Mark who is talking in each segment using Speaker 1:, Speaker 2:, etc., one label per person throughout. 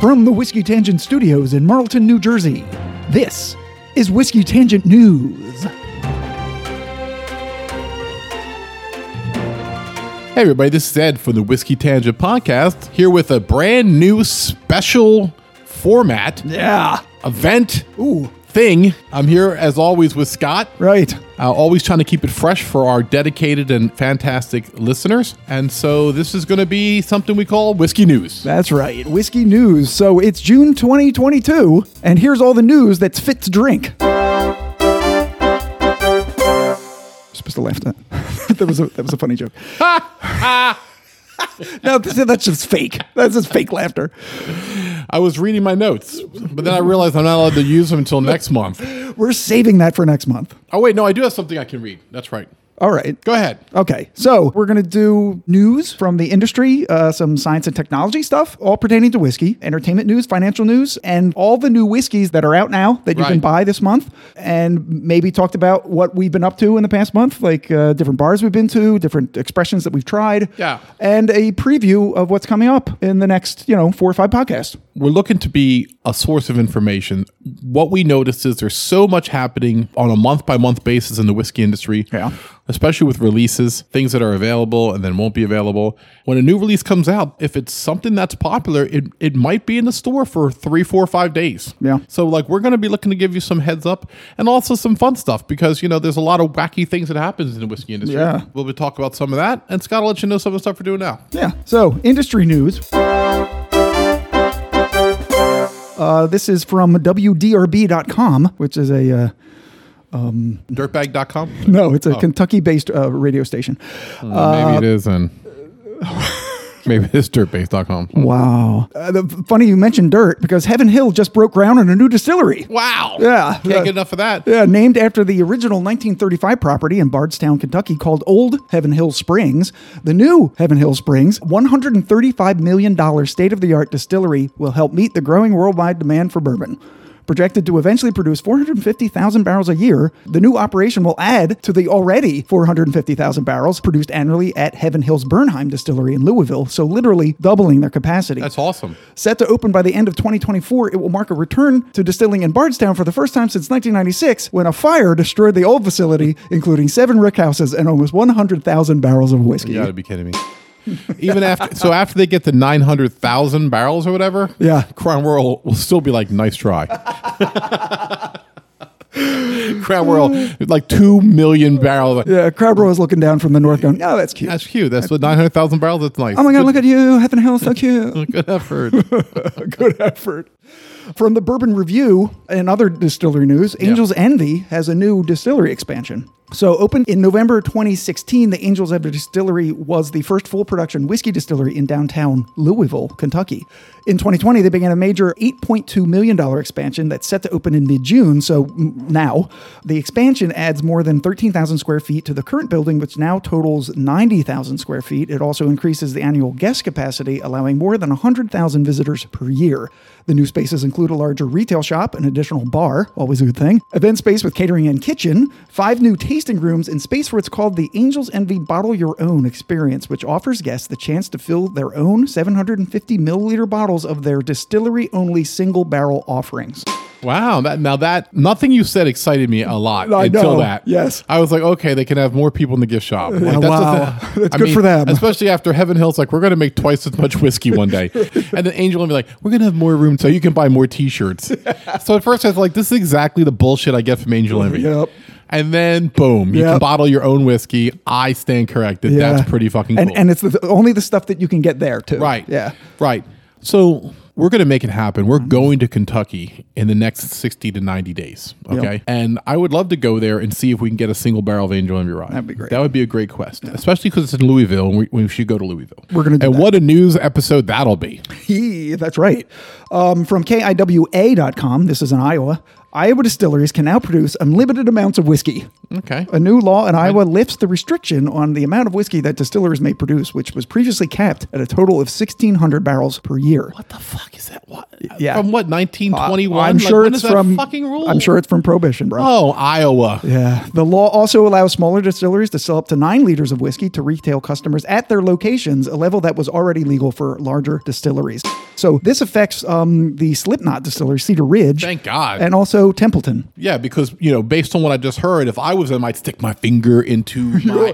Speaker 1: From the Whiskey Tangent Studios in Marlton, New Jersey, this is Whiskey Tangent News.
Speaker 2: Hey, everybody, this is Ed from the Whiskey Tangent Podcast, here with a brand new special format,
Speaker 1: Yeah.
Speaker 2: event,
Speaker 1: Ooh,
Speaker 2: thing. I'm here, as always, with Scott,
Speaker 1: right.
Speaker 2: uh, always trying to keep it fresh for our dedicated and fantastic listeners. And so, this is going to be something we call Whiskey News.
Speaker 1: That's right. Whiskey news. So it's June 2022, and here's all the news that's fit to drink. Supposed to laugh at that. that was a that was a funny joke. no, that's just fake. That's just fake laughter.
Speaker 2: I was reading my notes, but then I realized I'm not allowed to use them until next month.
Speaker 1: We're saving that for next month.
Speaker 2: Oh, wait, no, I do have something I can read. That's right.
Speaker 1: All right.
Speaker 2: Go ahead.
Speaker 1: Okay, so we're going to do news from the industry, uh, some science and technology stuff, all pertaining to whiskey, entertainment news, financial news, and all the new whiskeys that are out now that you can
Speaker 2: Right.
Speaker 1: buy this month. And maybe talked about what we've been up to in the past month, like uh, different bars we've been to, different expressions that we've tried.
Speaker 2: Yeah.
Speaker 1: And a preview of what's coming up in the next, you know, four or five podcasts.
Speaker 2: we're looking to be a source of information. What we notice is there's so much happening on a month by month basis in the whiskey industry.
Speaker 1: Yeah.
Speaker 2: Especially with releases, things that are available and then won't be available. When a new release comes out, if it's something that's popular, it, it might be in the store for three, four, five days.
Speaker 1: Yeah.
Speaker 2: So, like, we're going to be looking to give you some heads up and also some fun stuff because, you know, there's a lot of wacky things that happens in the whiskey industry.
Speaker 1: Yeah.
Speaker 2: We'll be talking about some of that. And Scott will let you know some of the stuff we're doing now.
Speaker 1: Yeah. So, industry news. Uh, this is from WDRB.com, which is a. Uh,
Speaker 2: Dirtbag.com? Maybe
Speaker 1: No, it's a Kentucky based uh, radio station.
Speaker 2: it
Speaker 1: Uh,
Speaker 2: is. And. Maybe it's dirtbase.com.
Speaker 1: Wow. Uh, the, funny you mentioned dirt because Heaven Hill just broke ground on a new distillery.
Speaker 2: Wow.
Speaker 1: Yeah. Uh,
Speaker 2: Can't get enough of that.
Speaker 1: Yeah, named after the original 1935 property in Bardstown, Kentucky, called Old Heaven Hill Springs. The new Heaven Hill Springs, $135 million state of the art distillery, will help meet the growing worldwide demand for bourbon. Projected to eventually produce 450,000 barrels a year, the new operation will add to the already 450,000 barrels produced annually at Heaven Hill's Bernheim Distillery in Louisville, so literally doubling their capacity.
Speaker 2: That's awesome.
Speaker 1: Set to open by the end of 2024, it will mark a return to distilling in Bardstown for the first time since 1996 when a fire destroyed the old facility, including seven rick houses and almost 100,000 barrels of whiskey.
Speaker 2: You gotta be kidding me. Even after, so after they get the 900,000 barrels or whatever,
Speaker 1: Yeah.
Speaker 2: Crown Royal will still be like, nice try. Crown Royal, like 2 million barrels.
Speaker 1: Yeah, Crabro is looking down from the north going, oh, that's cute.
Speaker 2: That's cute. That's what 900,000 barrels. That's nice.
Speaker 1: Oh my God, look at you. Heaven Hill, so cute.
Speaker 2: Good effort.
Speaker 1: good effort. From the Bourbon Review and other distillery news, Angels Envy has a new distillery expansion. So, opened in November 2016, the Angels Envy Distillery was the first full production whiskey distillery in downtown Louisville, Kentucky. In 2020, they began a major $8.2 million expansion that's set to open in mid June, so m- now. The expansion adds more than 13,000 square feet to the current building, which now totals 90,000 square feet. It also increases the annual guest capacity, allowing more than 100,000 visitors per year. The new spaces include a larger retail shop, an additional bar, always a good thing, event space with catering and kitchen, five new tasting rooms, and space for what's called the Angels Envy Bottle Your Own experience, which offers guests the chance to fill their own 750 milliliter bottles of their distillery only single barrel offerings.
Speaker 2: Wow. That, now that, nothing you said excited me a lot
Speaker 1: I
Speaker 2: until
Speaker 1: know.
Speaker 2: that.
Speaker 1: Yes.
Speaker 2: I was like, okay, they can have more people in the gift shop. Like, the
Speaker 1: wow.
Speaker 2: thing.
Speaker 1: That's good for them.
Speaker 2: Especially after Heaven Hill's like, we're going to make twice as much whiskey one day. and then Angel will be like, we're going to have more room so you can buy more t-shirts. so at first I was like, this is exactly the bullshit I get from Angel Envy.
Speaker 1: Yep.
Speaker 2: And then boom, you can
Speaker 1: Yep.
Speaker 2: bottle your own whiskey. I stand corrected. That's pretty fucking
Speaker 1: and,
Speaker 2: cool.
Speaker 1: And it's the, only the stuff that you can get there, too.
Speaker 2: Right.
Speaker 1: Yeah.
Speaker 2: Right. So we're going to make it happen. We're going to Kentucky in the next 60 to 90 days. Okay. And I would love to go there and see if we can get a single barrel of Angel Envy Rye. That'd
Speaker 1: be great.
Speaker 2: That would be a great quest, especially because it's in Louisville and we, we should go to Louisville.
Speaker 1: We're gonna do
Speaker 2: And
Speaker 1: that.
Speaker 2: what a news episode that'll be.
Speaker 1: He, that's right. Um, from KIWA.com, this is in Iowa. Iowa distilleries can now produce unlimited amounts of whiskey.
Speaker 2: Okay.
Speaker 1: A new law in Iowa lifts the restriction on the amount of whiskey that distillers may produce, which was previously capped at a total of 1,600 barrels per year.
Speaker 2: What the fuck is that? What?
Speaker 1: Yeah.
Speaker 2: From what 1921?
Speaker 1: I'm sure
Speaker 2: when
Speaker 1: it's
Speaker 2: is that
Speaker 1: from
Speaker 2: fucking rule.
Speaker 1: I'm sure it's from prohibition, bro.
Speaker 2: Oh, Iowa.
Speaker 1: Yeah. The law also allows smaller distilleries to sell up to nine liters of whiskey to retail customers at their locations, a level that was already legal for larger distilleries. So this affects um, the Slipknot distillery, Cedar Ridge.
Speaker 2: Thank God.
Speaker 1: And also Templeton.
Speaker 2: yeah, because you know, based on what I just heard, if I was them, I'd stick my finger into my.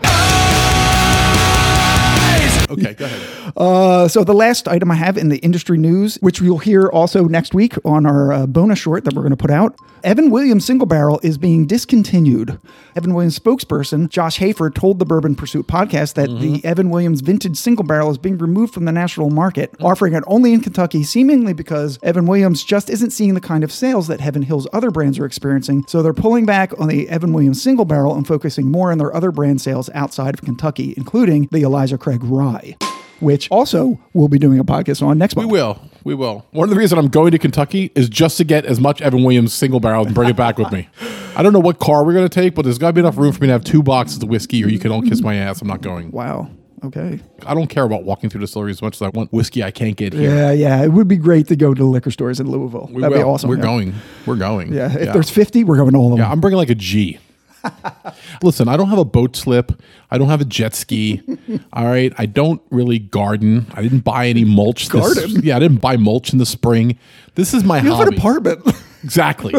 Speaker 2: okay, go ahead.
Speaker 1: Uh, so the last item I have in the industry news, which you'll hear also next week on our uh, bonus short that we're going to put out, Evan Williams Single Barrel is being discontinued. Evan Williams spokesperson Josh Hafer told the Bourbon Pursuit podcast that the Evan Williams vintage single barrel is being removed from the national market, offering it only in Kentucky, seemingly because Evan Williams just isn't seeing the kind of sales that Heaven Hill's other brands are experiencing. So they're pulling back on the Evan Williams Single Barrel and focusing more on their other brand sales outside of Kentucky, including the Eliza Craig Rye which also we'll be doing a podcast on next
Speaker 2: We
Speaker 1: month.
Speaker 2: will. We will. One of the reasons I'm going to Kentucky is just to get as much Evan Williams single barrel and bring it back with me. I don't know what car we're going to take, but there's got to be enough room for me to have two boxes of whiskey, or you can all kiss my ass. I'm not going.
Speaker 1: Wow. Okay.
Speaker 2: I don't care about walking through distilleries as much as I want whiskey I can't get here.
Speaker 1: Yeah, yeah. It would be great to go to the liquor stores in Louisville.
Speaker 2: We
Speaker 1: That'd be
Speaker 2: will.
Speaker 1: awesome.
Speaker 2: We're
Speaker 1: yeah.
Speaker 2: going. We're going.
Speaker 1: Yeah. If there's 50, we're going to all of
Speaker 2: Yeah,
Speaker 1: them.
Speaker 2: I'm bringing like a G. Listen, I don't have a boat slip. I don't have a jet ski. All right. I don't really garden. I didn't buy any mulch. this-
Speaker 1: Garden?
Speaker 2: yeah, I didn't buy mulch in the spring. This is my
Speaker 1: You have
Speaker 2: hobby.
Speaker 1: an apartment.
Speaker 2: Exactly.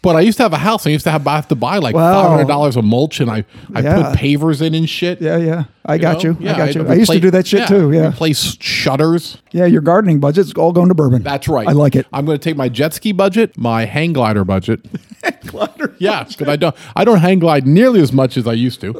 Speaker 2: but I used to have a house. I used to have, I have to buy like
Speaker 1: Wow.
Speaker 2: $500 of mulch and I, I
Speaker 1: Yeah.
Speaker 2: put pavers in and shit.
Speaker 1: yeah, yeah. I got you.
Speaker 2: know? Yeah,
Speaker 1: I got you. I
Speaker 2: replace-
Speaker 1: used to do that shit too. Yeah.
Speaker 2: Replace shutters.
Speaker 1: Yeah. Your gardening budget's all going to bourbon.
Speaker 2: That's right.
Speaker 1: I like it.
Speaker 2: I'm going to take my jet ski budget, my hang glider budget. Yeah, because I don't I don't hang glide nearly as much as I used to.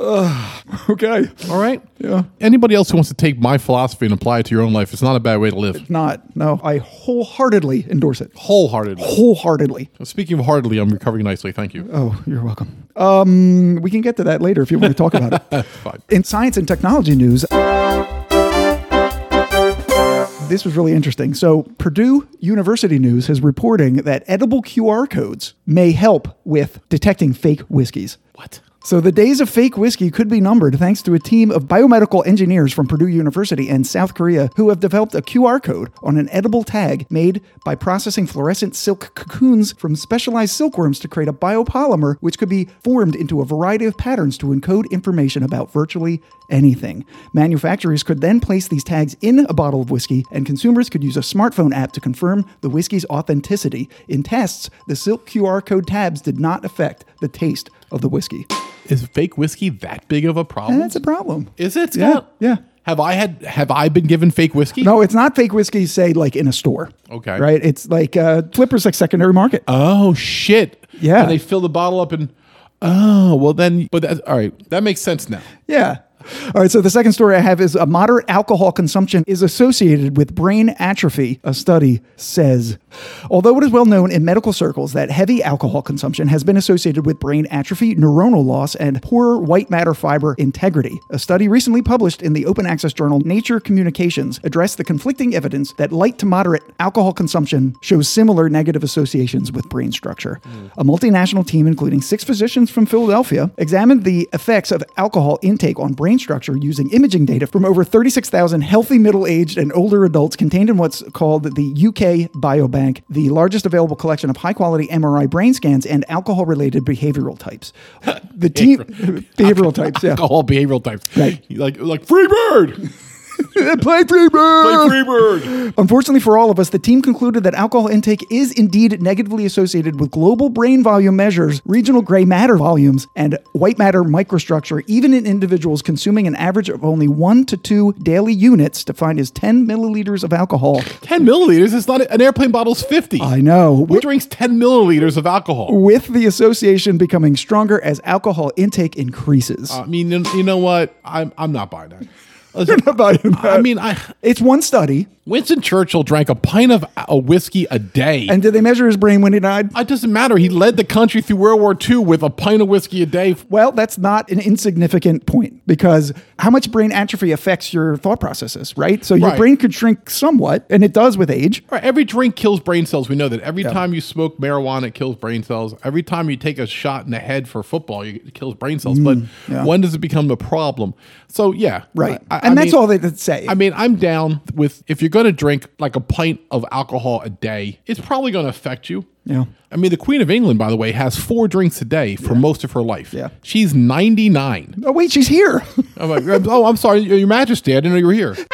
Speaker 1: Okay.
Speaker 2: All right.
Speaker 1: Yeah.
Speaker 2: Anybody else who wants to take my philosophy and apply it to your own life, it's not a bad way to live.
Speaker 1: Not. No. I wholeheartedly endorse it.
Speaker 2: Wholeheartedly.
Speaker 1: Wholeheartedly.
Speaker 2: Speaking of heartedly, I'm recovering nicely. Thank you.
Speaker 1: Oh, you're welcome. Um, we can get to that later if you want to talk about it.
Speaker 2: Fine.
Speaker 1: In science and technology news, this was really interesting. So, Purdue University News is reporting that edible QR codes may help with detecting fake whiskeys.
Speaker 2: What?
Speaker 1: So, the days of fake whiskey could be numbered thanks to a team of biomedical engineers from Purdue University and South Korea who have developed a QR code on an edible tag made by processing fluorescent silk cocoons from specialized silkworms to create a biopolymer which could be formed into a variety of patterns to encode information about virtually anything. Manufacturers could then place these tags in a bottle of whiskey, and consumers could use a smartphone app to confirm the whiskey's authenticity. In tests, the silk QR code tabs did not affect the taste of the whiskey.
Speaker 2: Is fake whiskey that big of a problem?
Speaker 1: That's a problem.
Speaker 2: Is it?
Speaker 1: Yeah,
Speaker 2: Scott?
Speaker 1: yeah.
Speaker 2: Have I had have I been given fake whiskey?
Speaker 1: No, it's not fake whiskey, say, like in a store.
Speaker 2: Okay.
Speaker 1: Right? It's like uh, Flipper's like secondary market.
Speaker 2: Oh shit.
Speaker 1: Yeah.
Speaker 2: And they fill the bottle up and oh well then but that's all right. That makes sense now.
Speaker 1: Yeah. All right. So the second story I have is a moderate alcohol consumption is associated with brain atrophy, a study says. Although it is well known in medical circles that heavy alcohol consumption has been associated with brain atrophy, neuronal loss, and poor white matter fiber integrity, a study recently published in the open access journal Nature Communications addressed the conflicting evidence that light to moderate alcohol consumption shows similar negative associations with brain structure. A multinational team, including six physicians from Philadelphia, examined the effects of alcohol intake on brain structure using imaging data from over 36,000 healthy middle aged and older adults contained in what's called the UK Biobank, the largest available collection of high quality MRI brain scans and alcohol related behavioral types. The team, behavioral types, yeah.
Speaker 2: Alcohol behavioral types.
Speaker 1: Right.
Speaker 2: Like like free bird.
Speaker 1: Play free
Speaker 2: Play free bird.
Speaker 1: Unfortunately for all of us, the team concluded that alcohol intake is indeed negatively associated with global brain volume measures, regional gray matter volumes, and white matter microstructure, even in individuals consuming an average of only one to two daily units, defined as 10 milliliters of alcohol.
Speaker 2: 10 milliliters. It's not an airplane bottle's 50.
Speaker 1: I know.
Speaker 2: Who drinks 10 milliliters of alcohol?
Speaker 1: With the association becoming stronger as alcohol intake increases.
Speaker 2: I mean, you you know what? I'm, I'm not buying that. Listen,
Speaker 1: You're not buying that.
Speaker 2: I mean, I,
Speaker 1: it's one study.
Speaker 2: Winston Churchill drank a pint of a whiskey a day.
Speaker 1: And did they measure his brain when he died?
Speaker 2: it doesn't matter. He led the country through World War II with a pint of whiskey a day.
Speaker 1: Well, that's not an insignificant point because how much brain atrophy affects your thought processes, right? So your
Speaker 2: Right.
Speaker 1: brain could shrink somewhat, and it does with age.
Speaker 2: All right, every drink kills brain cells. We know that. Every time you smoke marijuana, it kills brain cells. Every time you take a shot in the head for football, you, it kills brain cells. but
Speaker 1: Mm, yeah.
Speaker 2: when does it become a problem? So, yeah.
Speaker 1: Right.
Speaker 2: I, Yeah,
Speaker 1: and
Speaker 2: I
Speaker 1: that's
Speaker 2: mean-
Speaker 1: all they would say.
Speaker 2: I mean, I'm down with if you're going to drink like a pint of alcohol a day, it's probably going to affect you.
Speaker 1: Yeah.
Speaker 2: I mean, the Queen of England, by the way, has four drinks a day for most of her life.
Speaker 1: Yeah.
Speaker 2: She's 99.
Speaker 1: oh wait, she's here.
Speaker 2: I'm like, oh, I'm sorry, Your Majesty. I didn't know you were here.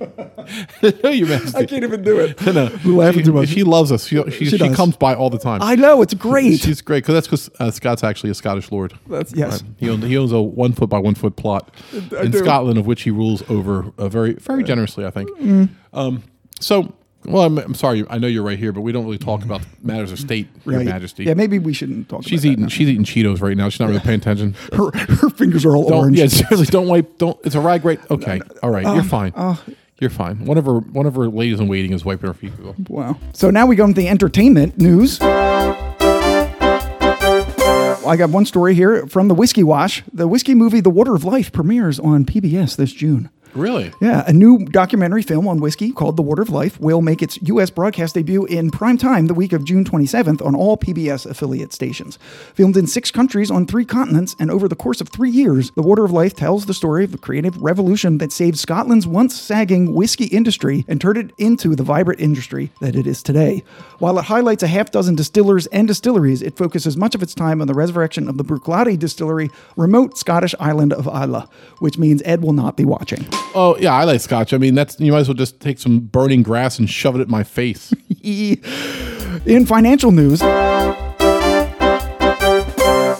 Speaker 2: Your Majesty.
Speaker 1: I can't even do it.
Speaker 2: she,
Speaker 1: Laughing too much.
Speaker 2: she loves us. She, she, she,
Speaker 1: does.
Speaker 2: comes by all the time.
Speaker 1: I know it's great.
Speaker 2: She's great because that's because uh, Scott's actually a Scottish lord.
Speaker 1: That's- yes.
Speaker 2: He owns, he owns a one foot by one foot plot in
Speaker 1: do.
Speaker 2: Scotland, of which he rules over uh, very very generously, I think.
Speaker 1: Mm.
Speaker 2: Um, so, well, I'm, I'm sorry, I know you're right here, but we don't really talk about matters of state, Your
Speaker 1: Right.
Speaker 2: Majesty.
Speaker 1: Yeah, maybe we shouldn't talk.
Speaker 2: she's
Speaker 1: about
Speaker 2: eating she's eating Cheetos right now. She's not really paying attention.
Speaker 1: that. Her, her fingers are all
Speaker 2: Don't,
Speaker 1: orange.
Speaker 2: yeah, seriously, don't wipe. Don't. It's a rag great. Okay, all right,
Speaker 1: um,
Speaker 2: you're fine.
Speaker 1: uh,
Speaker 2: you're fine. One of her one of her ladies in waiting is wiping her feet.
Speaker 1: Wow. So now we go into the entertainment news. I got one story here from the Whiskey Wash. The whiskey movie The Water of Life premieres on PBS this June.
Speaker 2: Really?
Speaker 1: Yeah, a new documentary film on whiskey called The Water of Life will make its U.S. broadcast debut in prime time the week of June 27th on all PBS affiliate stations. Filmed in six countries on three continents and over the course of three years, The Water of Life tells the story of the creative revolution that saved Scotland's once sagging whiskey industry and turned it into the vibrant industry that it is today. While it highlights a half dozen distillers and distilleries, it focuses much of its time on the resurrection of the Bruichladdich distillery, remote Scottish island of Islay, which means Ed will not be watching.
Speaker 2: Oh yeah, I like scotch. I mean, that's you might as well just take some burning grass and shove it at my face.
Speaker 1: E In financial news, the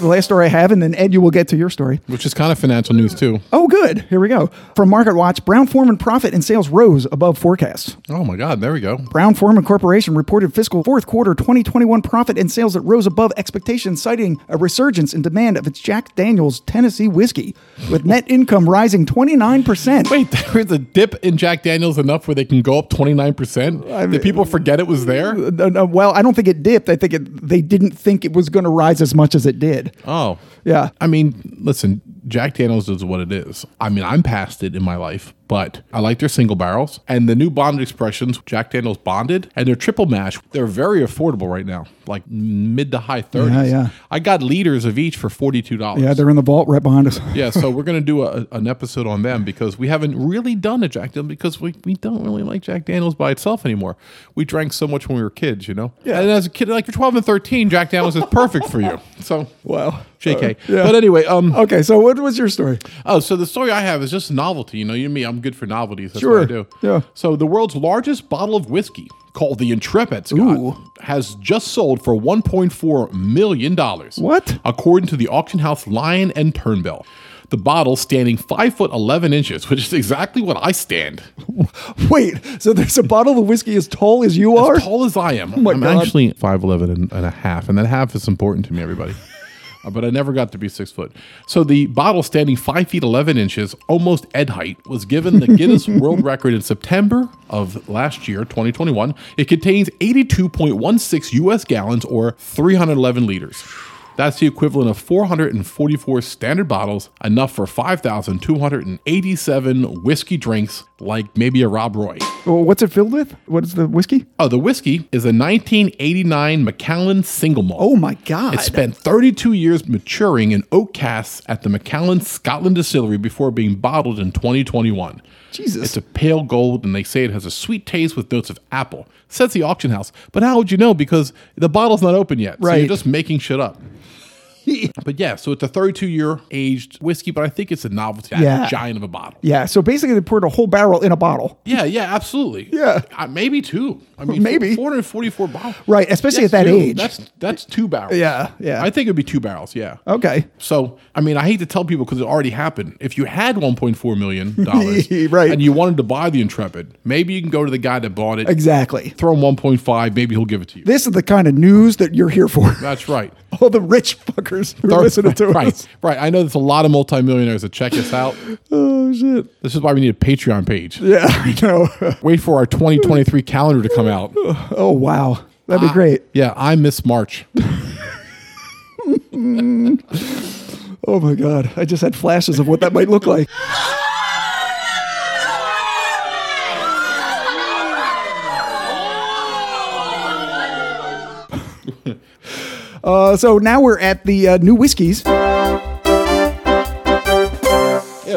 Speaker 1: last story I have, and then Ed, you will get to your story.
Speaker 2: which is kind of financial news too.
Speaker 1: Oh, good. Here we go. From Market Watch, Brown Forman profit and sales rose above forecasts.
Speaker 2: Oh my God, there we go.
Speaker 1: Brown Forman Corporation reported fiscal fourth quarter 2021 profit and sales that rose above expectations, citing a resurgence in demand of its Jack Daniels Tennessee whiskey, with net income rising 29%.
Speaker 2: Wait, there is a dip in Jack Daniels enough where they can go up twenty nine percent. Did people forget it was there?
Speaker 1: No, no, Uh, well, I don't think it dipped. I think it, they didn't think it was going to rise as much as it did.
Speaker 2: Oh,
Speaker 1: Yeah.
Speaker 2: I mean, listen, Jack Daniels is what it is. I mean, I'm past it in my life, but I like their single barrels and the new bonded expressions. Jack Daniels bonded and their triple mash. They're very affordable right now, like mid to high thirties.
Speaker 1: yeah.
Speaker 2: I got liters of each for forty two dollars.
Speaker 1: Yeah, they're in the vault right behind us.
Speaker 2: yeah, so we're gonna do a, an episode on them because we haven't really done a Jack Daniels because we, we don't really like Jack Daniels by itself anymore. We drank so much when we were kids, you know. Yeah. And as a kid, like you're 12 and 13, Jack Daniels is perfect for you. So
Speaker 1: Wow.
Speaker 2: JK.
Speaker 1: yeah.
Speaker 2: But anyway, um,
Speaker 1: Okay, so what was your story?
Speaker 2: Oh, so the story I have is just novelty. You know, you and me, I'm good for novelties. That's
Speaker 1: Sure.
Speaker 2: what I do.
Speaker 1: Yeah.
Speaker 2: So the world's largest bottle of whiskey, called the Intrepid Scott,
Speaker 1: Ooh.
Speaker 2: has just sold for 1.4 million dollars.
Speaker 1: What?
Speaker 2: According to the auction house Lion and Turnbell. The bottle standing five foot eleven inches, which is exactly what I stand.
Speaker 1: Wait, so there's a bottle of whiskey as tall as you are?
Speaker 2: As tall as I am.
Speaker 1: Oh my
Speaker 2: I'm
Speaker 1: God.
Speaker 2: actually 5'11 and, and a half, and that half is important to me, everybody. Uh, but I never got to be six foot. So the bottle standing five feet 11 inches, almost Ed height, was given the Guinness World Record in September of last year, 2021. It contains 82.16 US gallons or 311 liters. That's the equivalent of 444 standard bottles, enough for 5,287 whiskey drinks, like maybe a Rob Roy.
Speaker 1: Well, what's it filled with? What is the whiskey?
Speaker 2: Oh, the whiskey is a 1989 Macallan single malt.
Speaker 1: Oh my God.
Speaker 2: It spent 32 years maturing in oak casks at the Macallan Scotland distillery before being bottled in 2021.
Speaker 1: Jesus.
Speaker 2: It's a pale gold, and they say it has a sweet taste with notes of apple. Says the auction house, but how would you know? Because the bottle's not open yet, so
Speaker 1: Right.
Speaker 2: you're just making shit up. but yeah, so it's a 32 year aged whiskey, but I think it's a novelty,
Speaker 1: Yeah.
Speaker 2: a giant of a bottle.
Speaker 1: yeah, so basically they poured a whole barrel in a bottle.
Speaker 2: Yeah, yeah, absolutely.
Speaker 1: Yeah.
Speaker 2: Uh, maybe two. I mean,
Speaker 1: Maybe.
Speaker 2: four hundred forty-four bottles.
Speaker 1: Right, especially at that
Speaker 2: two.
Speaker 1: age.
Speaker 2: That's that's two barrels.
Speaker 1: Yeah, yeah.
Speaker 2: I think it'd be two barrels. Yeah.
Speaker 1: Okay.
Speaker 2: So, I mean, I hate to tell people because it already happened. If you had one point four million dollars,
Speaker 1: Right.
Speaker 2: and you wanted to buy the Intrepid, maybe you can go to the guy that bought it,
Speaker 1: Exactly.
Speaker 2: throw him one point five, maybe he'll give it to you.
Speaker 1: This is the kind of news that you're here for.
Speaker 2: That's right.
Speaker 1: All the rich fuckers who are listening to
Speaker 2: right,
Speaker 1: us.
Speaker 2: right. I know there's a lot of multimillionaires that check us out.
Speaker 1: Oh, shit.
Speaker 2: This is why we need a Patreon page.
Speaker 1: Yeah, I know.
Speaker 2: Wait for our 2023 calendar to come out.
Speaker 1: Oh, wow. That'd be great.
Speaker 2: Yeah, I miss March.
Speaker 1: Oh, my God. I just had flashes of what that might look like. Uh, so now we're at the uh, new whiskeys
Speaker 2: Yeah,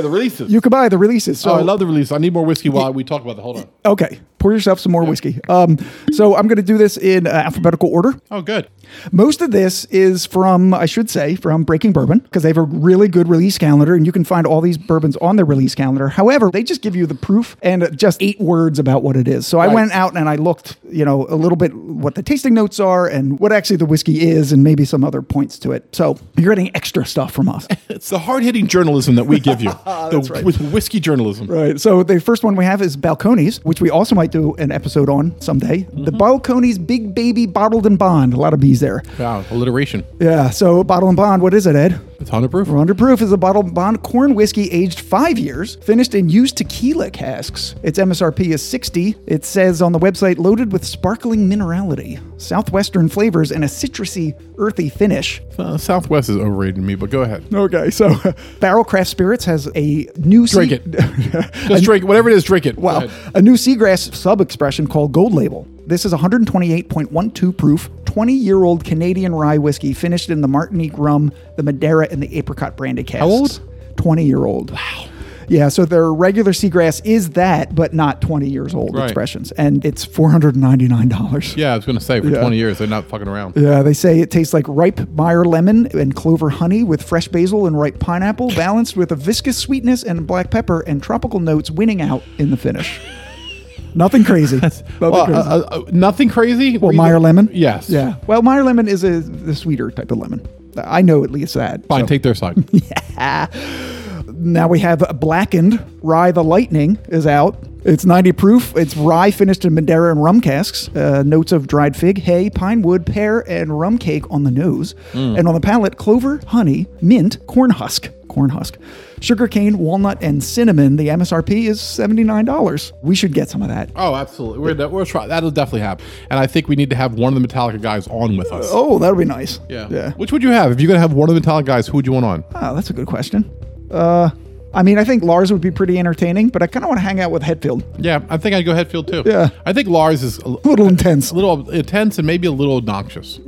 Speaker 2: the releases.
Speaker 1: you can buy the releases. So
Speaker 2: oh, I love the release. I need more whiskey while we talk about that. Hold on.
Speaker 1: Okay, pour yourself some more whiskey. Um, so I'm going to do this in uh, alphabetical order.
Speaker 2: Oh, good.
Speaker 1: Most of this is from, I should say, from Breaking Bourbon because they have a really good release calendar, and you can find all these bourbons on their release calendar. However, they just give you the proof and just eight words about what it is. So I
Speaker 2: Right.
Speaker 1: went out and I looked, you know, a little bit what the tasting notes are and what actually the whiskey is, and maybe some other points to it. So you're getting extra stuff from us.
Speaker 2: It's the hard hitting journalism that we give you. the with whiskey journalism.
Speaker 1: Right. So the first one we have is Balcones, which we also might do an episode on someday. The
Speaker 2: Mm-hmm.
Speaker 1: Balcones Big Baby Bottled and Bond. A lot of bees there.
Speaker 2: Wow, alliteration.
Speaker 1: Yeah. So Bottled and Bond, what is it, Ed?
Speaker 2: It's on proof.
Speaker 1: Under proof is a bottled and bond corn whiskey aged five years, finished in used tequila casks. Its MSRP is 60. It says on the website, loaded with sparkling minerality, southwestern flavors, and a citrusy, earthy finish.
Speaker 2: Uh, Southwest is overrated to me, but go ahead.
Speaker 1: Okay, so Barrel Craft Spirits has a new
Speaker 2: Drink it. Just drink whatever it is. Drink it. Go
Speaker 1: Wow.
Speaker 2: ahead.
Speaker 1: A new seagrass sub expression called Gold Label. This is 128.12 proof, 20 year old Canadian rye whiskey finished in the Martinique rum, the Madeira, and the apricot branded casks. How
Speaker 2: old?
Speaker 1: 20 year old. Wow. Yeah, so their regular seagrass is that, but not 20 years old
Speaker 2: Right.
Speaker 1: expressions. And it's $499.
Speaker 2: Yeah, I was gonna say for
Speaker 1: Yeah.
Speaker 2: 20 years they're not fucking around.
Speaker 1: Yeah, Uh, they say it tastes like ripe Meyer lemon and clover honey with fresh basil and ripe pineapple, balanced with a viscous sweetness and black pepper and tropical notes winning out in the finish. Nothing crazy. Nothing
Speaker 2: Well,
Speaker 1: crazy.
Speaker 2: uh, uh, uh, nothing crazy.
Speaker 1: well, Meyer lemon?
Speaker 2: Yes.
Speaker 1: Yeah. Well, Meyer lemon is a the sweeter type of lemon. I know at least that.
Speaker 2: Fine,
Speaker 1: so.
Speaker 2: take their side.
Speaker 1: Ah. Now we have Blackened Rye the Lightning is out. It's 90 proof. It's rye finished in Madeira and rum casks. Uh, notes of dried fig, hay, pine wood, pear, and rum cake on the nose.
Speaker 2: Hmm.
Speaker 1: And on the palate, clover, honey, mint, corn husk, corn husk, sugar cane, walnut, and cinnamon. The MSRP is $79. We should get some of that.
Speaker 2: oh, absolutely. We're, gonna- we're try- that'll definitely happen. And I think we need to have one of the Metallica guys on with us.
Speaker 1: Oh, that would be nice.
Speaker 2: Yeah.
Speaker 1: Yeah.
Speaker 2: Which would you have? If you're gonna have one of the Metallica guys, who would you want on?
Speaker 1: Oh, that's a good question. Uh, I mean, I think Lars would be pretty entertaining, but I kind of want to hang out with Hetfield.
Speaker 2: Yeah, I think I'd go Headfield too.
Speaker 1: Yeah.
Speaker 2: I think Lars is a
Speaker 1: A little intense.
Speaker 2: little intense and maybe a little obnoxious.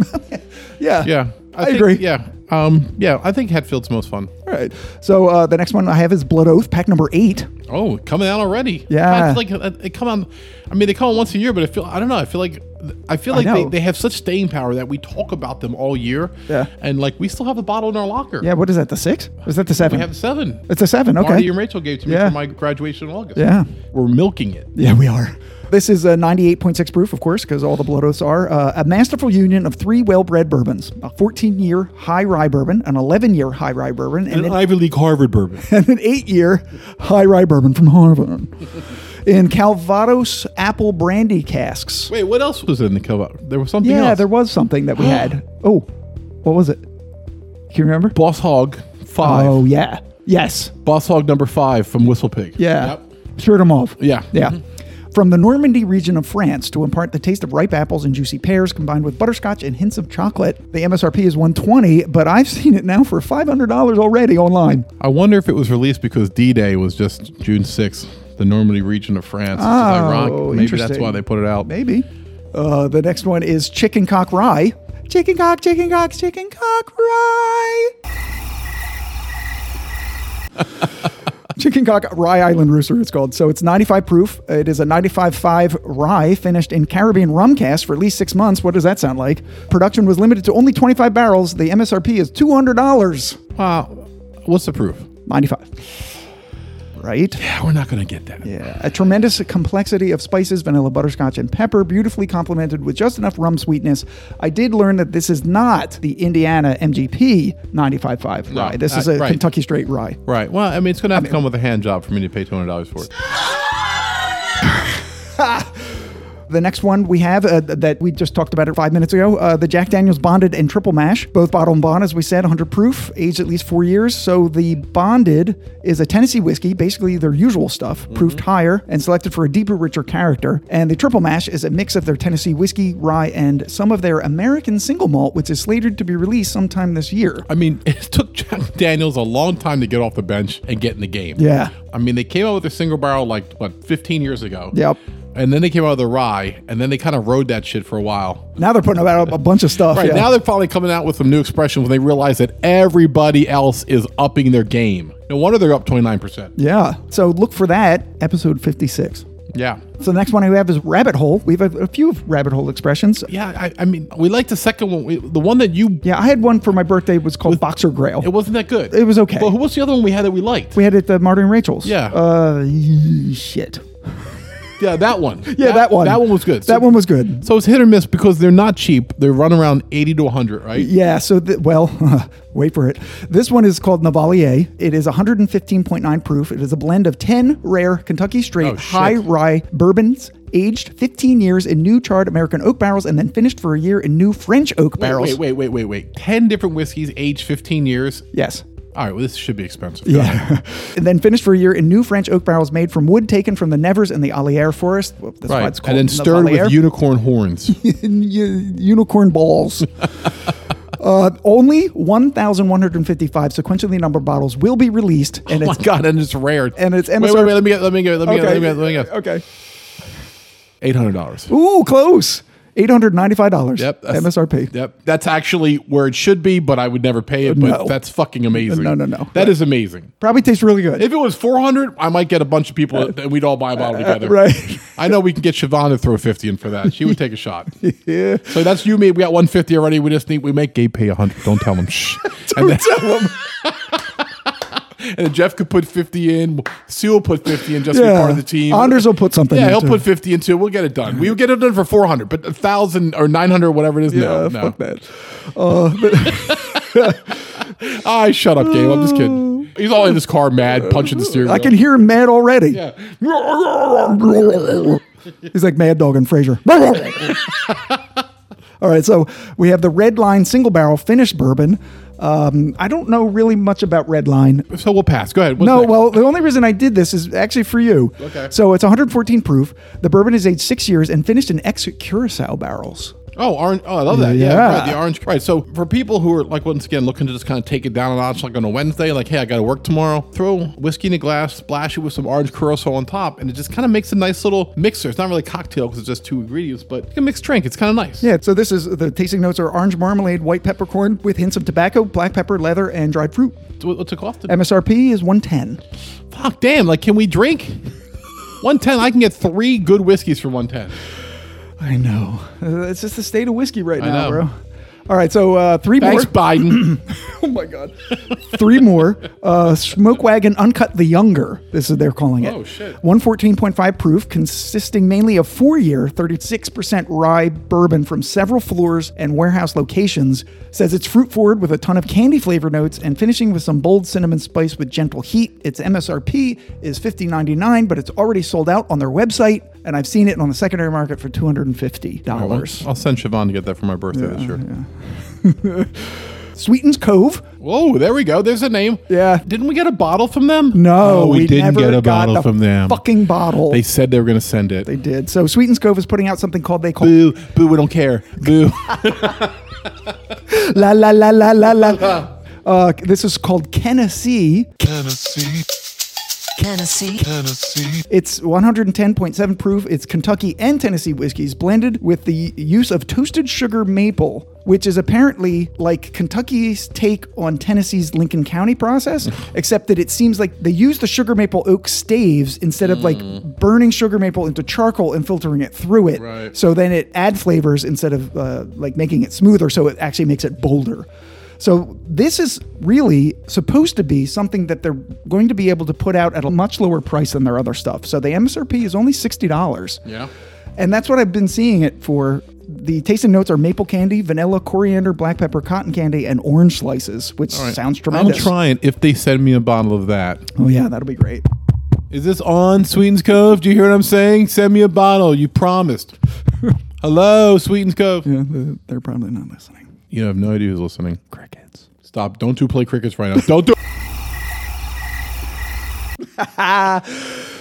Speaker 1: Yeah.
Speaker 2: Yeah.
Speaker 1: I
Speaker 2: think-
Speaker 1: agree.
Speaker 2: Yeah. Um, yeah, I think Hetfield's most fun.
Speaker 1: All right. So uh, the next one I have is Blood Oath, pack number eight.
Speaker 2: Oh, coming out already.
Speaker 1: Yeah.
Speaker 2: It's like uh, they come on. I mean, they come on once a year, but I feel I don't know. I feel like I feel like they,
Speaker 1: know.
Speaker 2: they have such staying power that we talk about them all year.
Speaker 1: Yeah.
Speaker 2: And like we still have the bottle in our locker.
Speaker 1: Yeah, what is that? The six? Or is that the seven?
Speaker 2: We have seven.
Speaker 1: it's a seven. Okay.
Speaker 2: Marty and Rachel gave to me
Speaker 1: Yeah.
Speaker 2: for my graduation in August.
Speaker 1: Yeah.
Speaker 2: We're milking it.
Speaker 1: Yeah, we are. This is a 98.6 proof, of course, because all the blood oaths are. Uh, a masterful union of three well bred bourbons a 14 year high rye bourbon, an 11 year high rye bourbon, and, an,
Speaker 2: Ivy League Harvard bourbon.
Speaker 1: and an eight year high rye bourbon from Harvard. in Calvados apple brandy casks.
Speaker 2: Wait, what else was in the cover? There was something
Speaker 1: yeah,
Speaker 2: else.
Speaker 1: there was something that we had. Oh, what was it? Can you remember?
Speaker 2: Boss Hog five.
Speaker 1: Oh, yeah. Yes.
Speaker 2: Boss Hog number five from Whistle Pig.
Speaker 1: Yeah.
Speaker 2: Yep.
Speaker 1: Shirt them off.
Speaker 2: Yeah. Mm-hmm.
Speaker 1: Yeah. From the Normandy region of France to impart the taste of ripe apples and juicy pears combined with butterscotch and hints of chocolate. The MSRP is 120, but I've seen it now for $500 already online.
Speaker 2: I wonder if it was released because D Day was just June 6th, the Normandy region of France. Oh, ironic. Maybe that's
Speaker 1: interesting.
Speaker 2: why they put it out.
Speaker 1: Maybe. Uh, the next one is chicken cock rye. Chicken cock, chicken cock, chicken cock rye. Chicken Cock Rye Island Rooster, it's called. So it's 95 proof. It is a 95.5 rye finished in Caribbean rum cask for at least six months. What does that sound like? Production was limited to only 25 barrels. The MSRP is $200.
Speaker 2: Uh, what's the proof?
Speaker 1: 95. Right?
Speaker 2: Yeah, we're not going to get that.
Speaker 1: Yeah, a tremendous complexity of spices, vanilla, butterscotch, and pepper, beautifully complemented with just enough rum sweetness. I did learn that this is not the Indiana MGP 95.5 rye. this is
Speaker 2: uh,
Speaker 1: a
Speaker 2: right.
Speaker 1: Kentucky straight rye.
Speaker 2: Right. Well, I mean, it's going to have to come with a hand job for me to pay $200 for it.
Speaker 1: The next one we have uh, th- that we just talked about it five minutes ago uh, the Jack Daniels Bonded and Triple Mash, both bottle and bond, as we said, 100 proof, aged at least four years. So the Bonded is a Tennessee whiskey, basically their usual stuff,
Speaker 2: Mm-hmm.
Speaker 1: proofed higher and selected for a deeper, richer character. And the Triple Mash is a mix of their Tennessee whiskey, rye, and some of their American single malt, which is slated to be released sometime this year.
Speaker 2: I mean, it took Jack Daniels a long time to get off the bench and get in the game.
Speaker 1: Yeah.
Speaker 2: I mean, they came out with a single barrel like, what, 15 years ago.
Speaker 1: Yep.
Speaker 2: and then they came out with the rye, and then they kind of rode that shit for a while.
Speaker 1: Now they're putting out a bunch of stuff.
Speaker 2: Right
Speaker 1: yeah.
Speaker 2: now, they're probably coming out with some new expression when they realize that everybody else is upping their game. No wonder they're up twenty nine percent.
Speaker 1: yeah. So look for that, episode 56.
Speaker 2: Yeah,
Speaker 1: So the next one we have is rabbit hole. We have a, a few rabbit hole expressions.
Speaker 2: yeah. I, I mean, we like the second one. We, the one that you
Speaker 1: Yeah, I had one for my birthday was called Boxer Grail.
Speaker 2: it wasn't that good.
Speaker 1: It was okay.
Speaker 2: But who was the other one we had that we liked?
Speaker 1: we had it at the Martin and Rachel's.
Speaker 2: Yeah.
Speaker 1: Uh, y- shit.
Speaker 2: yeah, that one.
Speaker 1: Yeah, that, one.
Speaker 2: That one was good.
Speaker 1: That
Speaker 2: So-
Speaker 1: one was good.
Speaker 2: So it's hit or miss because they're not cheap. They run around eighty to hundred, right?
Speaker 1: Yeah, so, th- well, wait for it. This one is called Navalier. It is 115.9 proof. It is a blend of 10 rare Kentucky straight
Speaker 2: Oh, shit.
Speaker 1: high rye bourbons aged 15 years in new charred American oak barrels and then finished for a year in new French oak
Speaker 2: Wait,
Speaker 1: barrels.
Speaker 2: wait, wait, wait, wait, wait. Ten different whiskeys, aged fifteen years.
Speaker 1: Yes.
Speaker 2: All right, well, this should be expensive.
Speaker 1: Yeah. and then finished for a year in new French oak barrels made from wood taken from the Nevers and the Allier forest. Well, that's why
Speaker 2: Right,
Speaker 1: it's called
Speaker 2: and then stirred with
Speaker 1: Navalier.
Speaker 2: unicorn horns.
Speaker 1: U- unicorn balls. Uh, only 1,155 sequentially numbered bottles will be released, and
Speaker 2: oh my
Speaker 1: it's
Speaker 2: god, and it's rare.
Speaker 1: and it's
Speaker 2: wait, wait,
Speaker 1: MSR.
Speaker 2: wait. Let me get. Let me get. Let me get. Let me get. Let me get.
Speaker 1: okay.
Speaker 2: Eight hundred dollars.
Speaker 1: Ooh, close. Eight hundred ninety-five dollars.
Speaker 2: Yep. that's-
Speaker 1: MSRP.
Speaker 2: Yep. That's actually where it should be, but I would never pay it. But
Speaker 1: No.
Speaker 2: that's fucking amazing.
Speaker 1: No, no, no.
Speaker 2: That is amazing.
Speaker 1: Probably tastes really good.
Speaker 2: If it was four hundred, I might get a bunch of people, and we'd all buy a bottle together.
Speaker 1: right.
Speaker 2: I know we can get Siobhan to throw fifty in for that. She would take a shot. So that's you, me. We got one fifty already. We just need. We make Gabe pay hundred. Don't tell him. Shh. and, then, and then Jeff could put fifty in. Sue will put fifty in just to be part of the team.
Speaker 1: Anders will put something.
Speaker 2: Yeah,
Speaker 1: in
Speaker 2: he'll
Speaker 1: too.
Speaker 2: put fifty in too. We'll get it done. We'll get it done for four hundred, but a thousand or nine hundred, whatever it is. no,
Speaker 1: Uh,
Speaker 2: no.
Speaker 1: Fuck that. Uh, but-
Speaker 2: I shut up, Gabe. I'm just kidding. He's all in his car, mad, punching the steering.
Speaker 1: I
Speaker 2: wheel.
Speaker 1: can hear him mad already.
Speaker 2: Yeah.
Speaker 1: He's like Mad Dog and Fraser. All right, so we have the Red Line single barrel finished bourbon. Um, I don't know really much about Red Line.
Speaker 2: so we'll pass. Go ahead. What's
Speaker 1: No,
Speaker 2: next?
Speaker 1: well, the only reason I did this is actually for you.
Speaker 2: Okay.
Speaker 1: So it's 114 proof. The bourbon is aged six years and finished in ex curacao barrels.
Speaker 2: Oh, orange. Oh, I love that. Yeah.
Speaker 1: Yeah.
Speaker 2: right, the orange. Right. So for people who are like, once again, looking to just kind of take it down a notch, like on a Wednesday, like, hey, I got to work tomorrow, throw whiskey in a glass, splash it with some orange curacao on top, and it just kind of makes a nice little mixer. It's not really a cocktail because it's just two ingredients, but it's a mixed drink. It's kind of nice.
Speaker 1: Yeah, so this is the tasting notes are orange marmalade, white peppercorn with hints of tobacco, black pepper, leather, and dried fruit.
Speaker 2: It's what- What's it cost?
Speaker 1: MSRP is 110.
Speaker 2: Fuck, damn. Like, can we drink? 110. I can get three good whiskeys for 110.
Speaker 1: I know. Uh, It's just the state of whiskey right now,
Speaker 2: know.
Speaker 1: bro. All right, so uh, three
Speaker 2: Thanks,
Speaker 1: more.
Speaker 2: Biden.
Speaker 1: Oh my god. Three more. Uh, Smoke Wagon Uncut the Younger. This is they're calling it.
Speaker 2: Oh, shit.
Speaker 1: 114.5 proof, consisting mainly of four year, 36% rye bourbon from several floors and warehouse locations. Says it's fruit forward with a ton of candy flavor notes and finishing with some bold cinnamon spice with gentle heat. Its MSRP is 50.99, but it's already sold out on their website, and I've seen it on the secondary market for $250.
Speaker 2: I'll send Siobhan to get that for my birthday this year.
Speaker 1: Sweetens Cove.
Speaker 2: Whoa, there we go. There's a name.
Speaker 1: Yeah.
Speaker 2: Didn't we get a bottle from them?
Speaker 1: No,
Speaker 2: Oh, we, didn't
Speaker 1: never
Speaker 2: get a
Speaker 1: got
Speaker 2: bottle
Speaker 1: the
Speaker 2: from them.
Speaker 1: Fucking bottle.
Speaker 2: They said they were going to send it.
Speaker 1: They did. So Sweet and Scove is putting out something called they call
Speaker 2: boo, boo, we don't care. Boo.
Speaker 1: la la la la la la. Uh, this is called Kennessee.
Speaker 3: Tennessee,
Speaker 4: Tennessee.
Speaker 3: Tennessee,
Speaker 1: It's 110.7 proof. It's Kentucky and Tennessee whiskeys blended with the use of toasted sugar maple, which is apparently like Kentucky's take on Tennessee's Lincoln County process, except that it seems like they use the sugar maple oak staves instead of like burning sugar maple into charcoal and filtering it through it.
Speaker 2: Right.
Speaker 1: So then it add flavors instead of uh, like making it smoother, so it actually makes it bolder. So this is really supposed to be something that they're going to be able to put out at a much lower price than their other stuff. So the MSRP is only sixty dollars.
Speaker 2: Yeah.
Speaker 1: and that's what I've been seeing it for. The tasting notes are maple candy, vanilla, coriander, black pepper, cotton candy, and orange slices, which sounds tremendous.
Speaker 2: I'm trying if they send me a bottle of that.
Speaker 1: Oh yeah, that'll be great.
Speaker 2: Is this on Sweetens Cove? Do you hear what I'm saying? Send me a bottle. You promised. Hello, Sweetens Cove.
Speaker 1: Yeah, they're- they're probably not listening.
Speaker 2: You have no idea who's listening.
Speaker 1: Crickets.
Speaker 2: Stop. Don't do play crickets right now. Don't do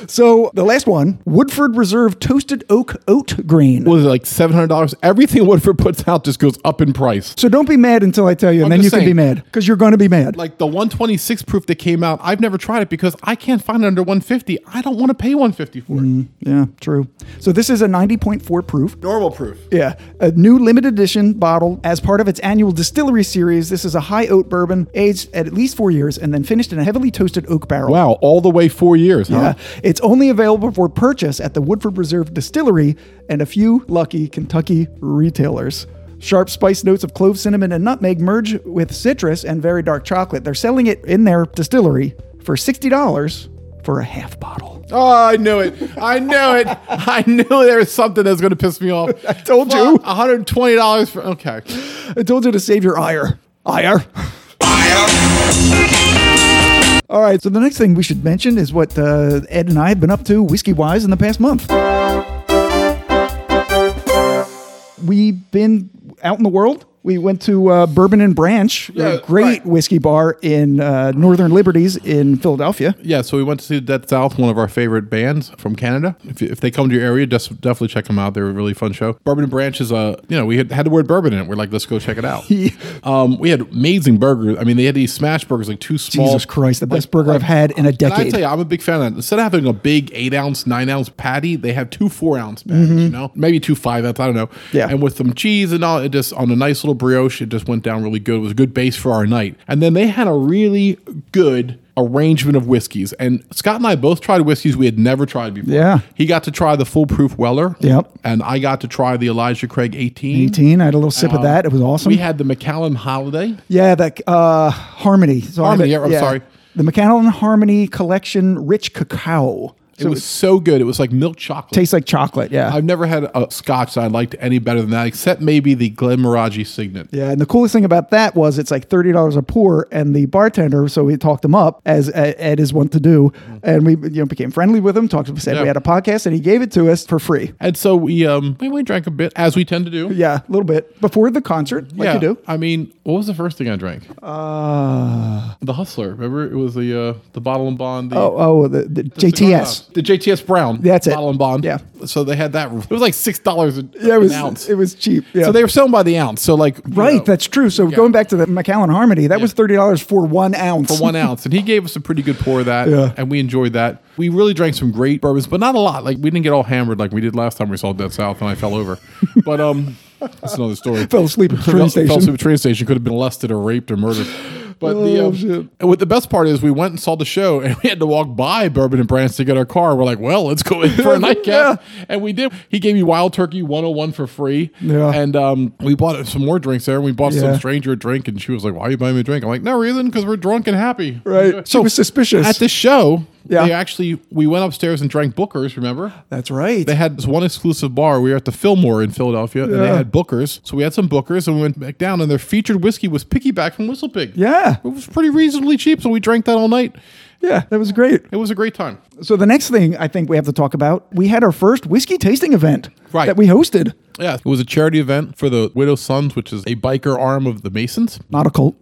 Speaker 1: So the last one, Woodford Reserve Toasted Oak Oat Grain.
Speaker 2: Was it like seven hundred dollars? Everything Woodford puts out just goes up in price.
Speaker 1: so don't be mad until I tell you, and
Speaker 2: I'm
Speaker 1: then you
Speaker 2: just
Speaker 1: can be
Speaker 2: saying.
Speaker 1: mad because you're going to be mad.
Speaker 2: Like the one twenty six proof that came out, I've never tried it because I can't find it under one fifty. I don't want to pay one fifty for it.
Speaker 1: yeah, true. So this is a 90.4 proof.
Speaker 2: Normal proof.
Speaker 1: Yeah, a new limited edition bottle as part of its annual distillery series. This is a high oat bourbon aged at at least four years and then finished in a heavily toasted oak barrel.
Speaker 2: Wow, all the way four years, huh?
Speaker 1: Yeah, it's only available for purchase at the Woodford Reserve Distillery and a few lucky Kentucky retailers. Sharp spice notes of clove, cinnamon, and nutmeg merge with citrus and very dark chocolate. They're selling it in their distillery for $60 for a half bottle.
Speaker 2: Oh, I knew it. I knew it. I knew there was something that was going to piss me off. I
Speaker 1: told you.
Speaker 2: One hundred twenty dollars for okay.
Speaker 1: I told you to save your ire. Ire. All right, so the next thing we should mention is what uh, Ed and I have been up to whiskey wise in the past month. We've been out in the world. We went to uh, Bourbon and Branch,
Speaker 2: Yeah,
Speaker 1: a great
Speaker 2: right.
Speaker 1: whiskey bar in uh, Northern Liberties in Philadelphia.
Speaker 2: Yeah, so we went to see Dead South, one of our favorite bands from Canada. If, if they come to your area, just definitely check them out. They're a really fun show. Bourbon and Branch is a you know we had, had the word bourbon in it. We're like, let's go check it out. um, we had amazing burgers. I mean, they had these smash burgers, like two small.
Speaker 1: Jesus Christ, the best burger I've had in a
Speaker 2: And I
Speaker 1: decade.
Speaker 2: tell you, I'm a big fan of that. Instead of having a big eight ounce, nine ounce patty, they have two four ounce bags, you know, maybe two five ounce, I don't know.
Speaker 1: Mm-hmm. Yeah.
Speaker 2: And with some cheese and all, it just on a nice little brioche, it just went down really good. It was a good base for our night. And then they had a really good arrangement of whiskeys. And Scott and I both tried whiskeys we had never tried before.
Speaker 1: Yeah.
Speaker 2: He got to try the foolproof Weller.
Speaker 1: Yep.
Speaker 2: And I got to try the Elijah Craig 18.
Speaker 1: 18, I had a little sip of that. It was awesome.
Speaker 2: We had the McCallum Holiday.
Speaker 1: Yeah, the uh, Harmony. Sorry,
Speaker 2: Harmony,
Speaker 1: but-
Speaker 2: yeah, I'm sorry.
Speaker 1: The McAllen Harmony Collection Rich Cacao. So
Speaker 2: it
Speaker 1: it,
Speaker 2: was so good. It was like milk chocolate.
Speaker 1: tastes like chocolate, yeah.
Speaker 2: I've never had a scotch that I liked any better than that, except maybe the Glenmorangie Signet.
Speaker 1: yeah, and the coolest thing about that was it's like $30 a pour, and the bartender, so we talked him up, as Ed Ed is wont to do, and we you know became friendly with him, talked to him, said
Speaker 2: Mm-hmm. Yeah.
Speaker 1: we had a podcast, and he gave it to us for free.
Speaker 2: And so we um we, we drank a bit as we tend to do.
Speaker 1: Yeah, a little bit before the concert, like you do.
Speaker 2: I mean, what was the first thing I drank?
Speaker 1: Uh,
Speaker 2: The Hustler. Remember, it was the uh, the bottle and bond. The,
Speaker 1: oh, oh, the, the JTS.
Speaker 2: The JTS Brown.
Speaker 1: That's it.
Speaker 2: Bottle and bond.
Speaker 1: Yeah.
Speaker 2: So they had that. It was like six dollars an
Speaker 1: Yeah, it was
Speaker 2: ounce.
Speaker 1: it was cheap. Yeah.
Speaker 2: So they were selling by the ounce. So like you
Speaker 1: right,
Speaker 2: know,
Speaker 1: that's true. So going back to the McAllen Harmony, that was thirty dollars for one ounce.
Speaker 2: for one ounce. And he gave us a pretty good pour of that.
Speaker 1: Yeah.
Speaker 2: And we enjoyed that. We really drank some great bourbons, but not a lot. Like we didn't get all hammered like we did last time we saw Dead South and I fell over. But um that's another story.
Speaker 1: fell asleep at the train
Speaker 2: Fell- Fell
Speaker 1: station.
Speaker 2: asleep at a train station, could have been lusted or raped or murdered. But the
Speaker 1: Oh,
Speaker 2: um,
Speaker 1: shit.
Speaker 2: and what the best part is, we went and saw the show, and we had to walk by Bourbon and Brands to get our car. We're like, "Well, let's go in for a nightcap," and we did. He gave me Wild Turkey 101 for free,
Speaker 1: Yeah.
Speaker 2: and um, we bought some more drinks there. And we bought
Speaker 1: Yeah.
Speaker 2: some stranger a drink, and she was like, "Why are you buying me a drink?" I'm like, "No reason, because we're drunk and happy."
Speaker 1: Right. She was suspicious.
Speaker 2: at the show.
Speaker 1: Yeah.
Speaker 2: They actually we went upstairs and drank Booker's. Remember?
Speaker 1: That's right.
Speaker 2: They had this one exclusive bar. We were at the Fillmore in Philadelphia, and they
Speaker 1: Yeah.
Speaker 2: had Booker's. So we had some Booker's, and we went back down, and their featured whiskey was Piggyback from Whistle Pig.
Speaker 1: yeah.
Speaker 2: It was pretty reasonably cheap, so we drank that all night.
Speaker 1: Yeah. That was great.
Speaker 2: It was a great time.
Speaker 1: So the next thing I think we have to talk about, we had our first whiskey tasting event
Speaker 2: Right.
Speaker 1: that we hosted.
Speaker 2: Yeah, it was a charity event for the Widow Sons, which is a biker arm of the Masons.
Speaker 1: Not a cult,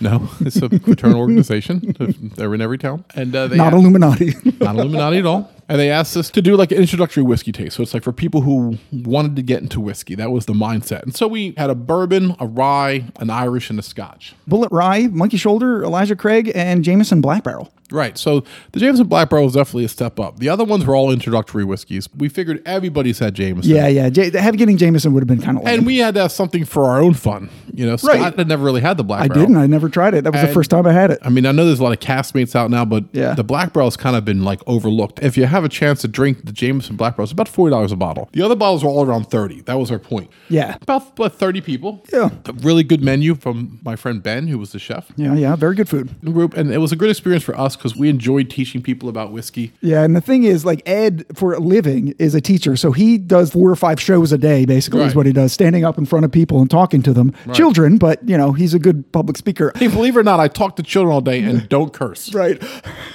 Speaker 2: No, it's a fraternal organization. They're in every town, and uh, they
Speaker 1: not
Speaker 2: had-
Speaker 1: Illuminati.
Speaker 2: not Illuminati at all. And they asked us to do like an introductory whiskey taste. So it's like for people who wanted to get into whiskey. That was the mindset. And so we had a bourbon, a rye, an Irish, and a Scotch.
Speaker 1: Bullet Rye, Monkey Shoulder, Elijah Craig, and Jameson Black Barrel.
Speaker 2: Right. So the Jameson Black Barrel was definitely a step up. The other ones were all introductory whiskeys. We figured everybody's had Jameson.
Speaker 1: Yeah, yeah. J- have getting Jameson would have been kind of lame.
Speaker 2: And we had to have something for our own fun. You know, Scott
Speaker 1: Right.
Speaker 2: had never really had the Black
Speaker 1: I
Speaker 2: Barrel.
Speaker 1: didn't. I never tried it. That was the
Speaker 2: And-
Speaker 1: first time I had it.
Speaker 2: I mean, I know there's a lot of castmates out now, but
Speaker 1: Yeah.
Speaker 2: the Black Barrel's kind of been like overlooked. If you have a chance to drink the Jameson Black Barrel, it's about forty dollars a bottle. The other bottles were all around thirty. That was our point.
Speaker 1: Yeah.
Speaker 2: about, about thirty people.
Speaker 1: Yeah.
Speaker 2: a really good menu from my friend Ben, who was the chef.
Speaker 1: Yeah, yeah. Very good food.
Speaker 2: Group, and it was a good experience for us because we enjoyed teaching people about whiskey.
Speaker 1: Yeah, and the thing is, like Ed, for a living, is a teacher, so he does four or five shows a day. Basically, is
Speaker 2: Right.
Speaker 1: what he does, standing up in front of people and talking to them, children. But you know, he's a good public speaker.
Speaker 2: Hey, believe it or not, I talk to children all day and don't curse.
Speaker 1: right.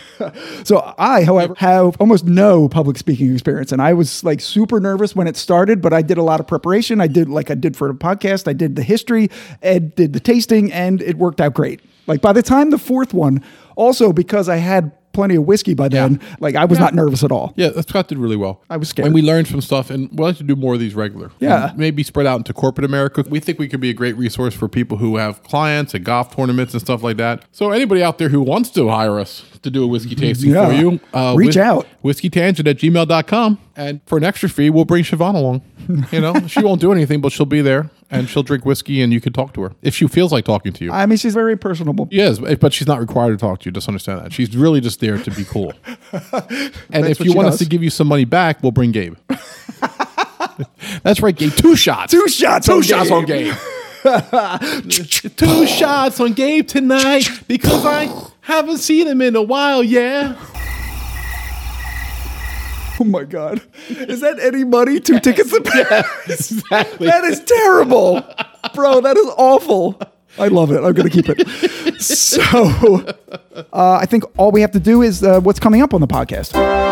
Speaker 1: so I, however, have almost no public speaking experience, and I was like super nervous when it started. But I did a lot of preparation. I did like I did for the podcast. I did the history. Ed did the tasting, and it worked out great. Like by the time the fourth one, also because I had plenty of whiskey by then.
Speaker 2: Yeah.
Speaker 1: Like I was not nervous at all.
Speaker 2: Yeah, Scott did really well.
Speaker 1: I was scared.
Speaker 2: And we learned from stuff, and we'll have to do more of these regular.
Speaker 1: Yeah.
Speaker 2: And maybe spread out into corporate America. We think we could be a great resource for people who have clients and golf tournaments and stuff like that. So, anybody out there who wants to hire us to do a whiskey tasting
Speaker 1: Mm-hmm. Yeah.
Speaker 2: for you, uh,
Speaker 1: Reach out.
Speaker 2: Whiskeytangent at gmail.com. And for an extra fee, we'll bring Siobhan along. You know, she won't do anything, but she'll be there and she'll drink whiskey and you can talk to her if she feels like talking to you.
Speaker 1: I mean, she's very personable.
Speaker 2: Yes, eh, but she's not required to talk to you. Just understand that. She's really just there to be cool. and
Speaker 1: what
Speaker 2: if you
Speaker 1: she
Speaker 2: want us
Speaker 1: does.
Speaker 2: to give you some money back, we'll bring Gabe. That's right, Gabe. Two shots.
Speaker 1: Two shots.
Speaker 2: Two
Speaker 1: on
Speaker 2: shots
Speaker 1: Gabe.
Speaker 2: on Gabe. Two shots on Gabe tonight because I haven't seen him in a while. Yeah.
Speaker 1: Oh my god, is that any money? Two tickets. A
Speaker 2: Exactly.
Speaker 1: that is terrible, bro. That is awful. I love it. I'm gonna keep it. So, uh, I think all we have to do is uh, what's coming up on the podcast.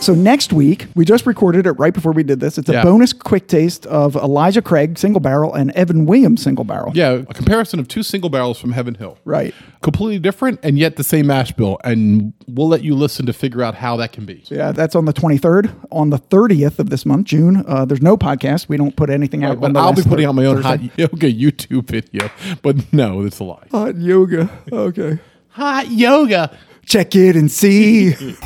Speaker 1: So next week, we just recorded it right before we did this. It's a
Speaker 2: Yeah.
Speaker 1: bonus quick taste of Elijah Craig single barrel and Evan Williams single barrel.
Speaker 2: Yeah, a comparison of two single barrels from Heaven Hill.
Speaker 1: Right.
Speaker 2: Completely different and yet the same mash bill. And we'll let you listen to figure out how that can be.
Speaker 1: Yeah, that's on the 23rd. On the 30th of this month, June, uh, there's no podcast. We don't put anything out. on
Speaker 2: But
Speaker 1: the
Speaker 2: I'll be
Speaker 1: last
Speaker 2: putting
Speaker 1: thir-
Speaker 2: out my own
Speaker 1: Thursday.
Speaker 2: hot yoga YouTube video. But no, it's a lie.
Speaker 1: hot yoga. Okay.
Speaker 2: Hot yoga.
Speaker 1: Check it and see.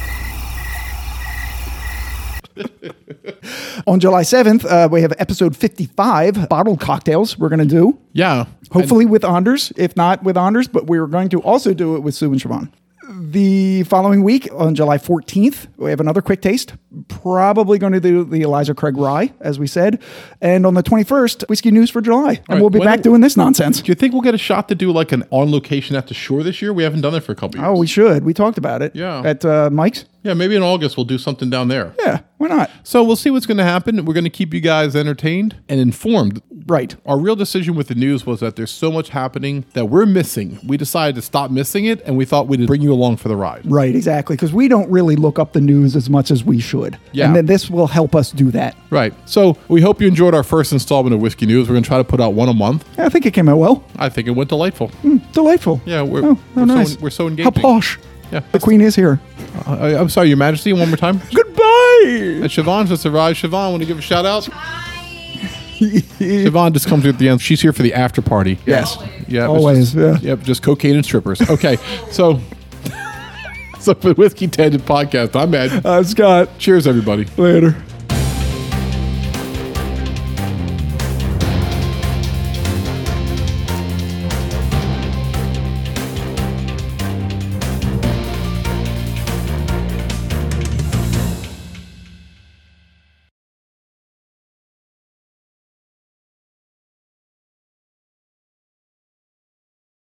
Speaker 1: on July 7th, uh, we have episode 55, bottled cocktails, we're going to do.
Speaker 2: Yeah.
Speaker 1: Hopefully with Anders, if not with Anders, but we are going to also do it with Sue and Siobhan. The following week, on July 14th, we have another quick taste. Probably going to do the Eliza Craig Rye, as we said. And on the 21st, Whiskey News for July. And
Speaker 2: right,
Speaker 1: we'll be
Speaker 2: when-
Speaker 1: back doing this nonsense.
Speaker 2: Do you think we'll get a shot to do like an on location at the shore this year? We haven't done it for a couple years.
Speaker 1: Oh, we should. We talked about it
Speaker 2: Yeah.
Speaker 1: at uh, Mike's.
Speaker 2: yeah, maybe in August we'll do something down there.
Speaker 1: Yeah, why not?
Speaker 2: So we'll see what's going to happen. We're going to keep you guys entertained and informed.
Speaker 1: Right.
Speaker 2: Our real decision with the news was that there's so much happening that we're missing. We decided to stop missing it, and we thought we'd bring you along for the ride.
Speaker 1: Right, exactly. Because we don't really look up the news as much as we should.
Speaker 2: Yeah.
Speaker 1: And then this will help us do that.
Speaker 2: Right. So we hope you enjoyed our first installment of Whiskey News. We're going to try to put out one a month.
Speaker 1: I think it came out well.
Speaker 2: I think it went delightful.
Speaker 1: Mm. Delightful.
Speaker 2: Yeah, we're-
Speaker 1: oh, how
Speaker 2: we're so-
Speaker 1: nice.
Speaker 2: we're so
Speaker 1: How
Speaker 2: engaging.
Speaker 1: posh.
Speaker 2: Yeah.
Speaker 1: The queen is here.
Speaker 2: I, I'm sorry, Your Majesty, one more time.
Speaker 1: Goodbye.
Speaker 2: And Siobhan's just arrived. Siobhan, want to give a shout out? Siobhan just comes at the end. She's here for the after party.
Speaker 1: Yes.
Speaker 2: Yeah.
Speaker 1: Always,
Speaker 2: Just,
Speaker 1: yeah.
Speaker 2: Yep. Just cocaine and strippers. Okay. so, so for the Whiskey Tangent podcast, I'm Ed.
Speaker 1: I'm Scott.
Speaker 2: Cheers, everybody.
Speaker 1: Later.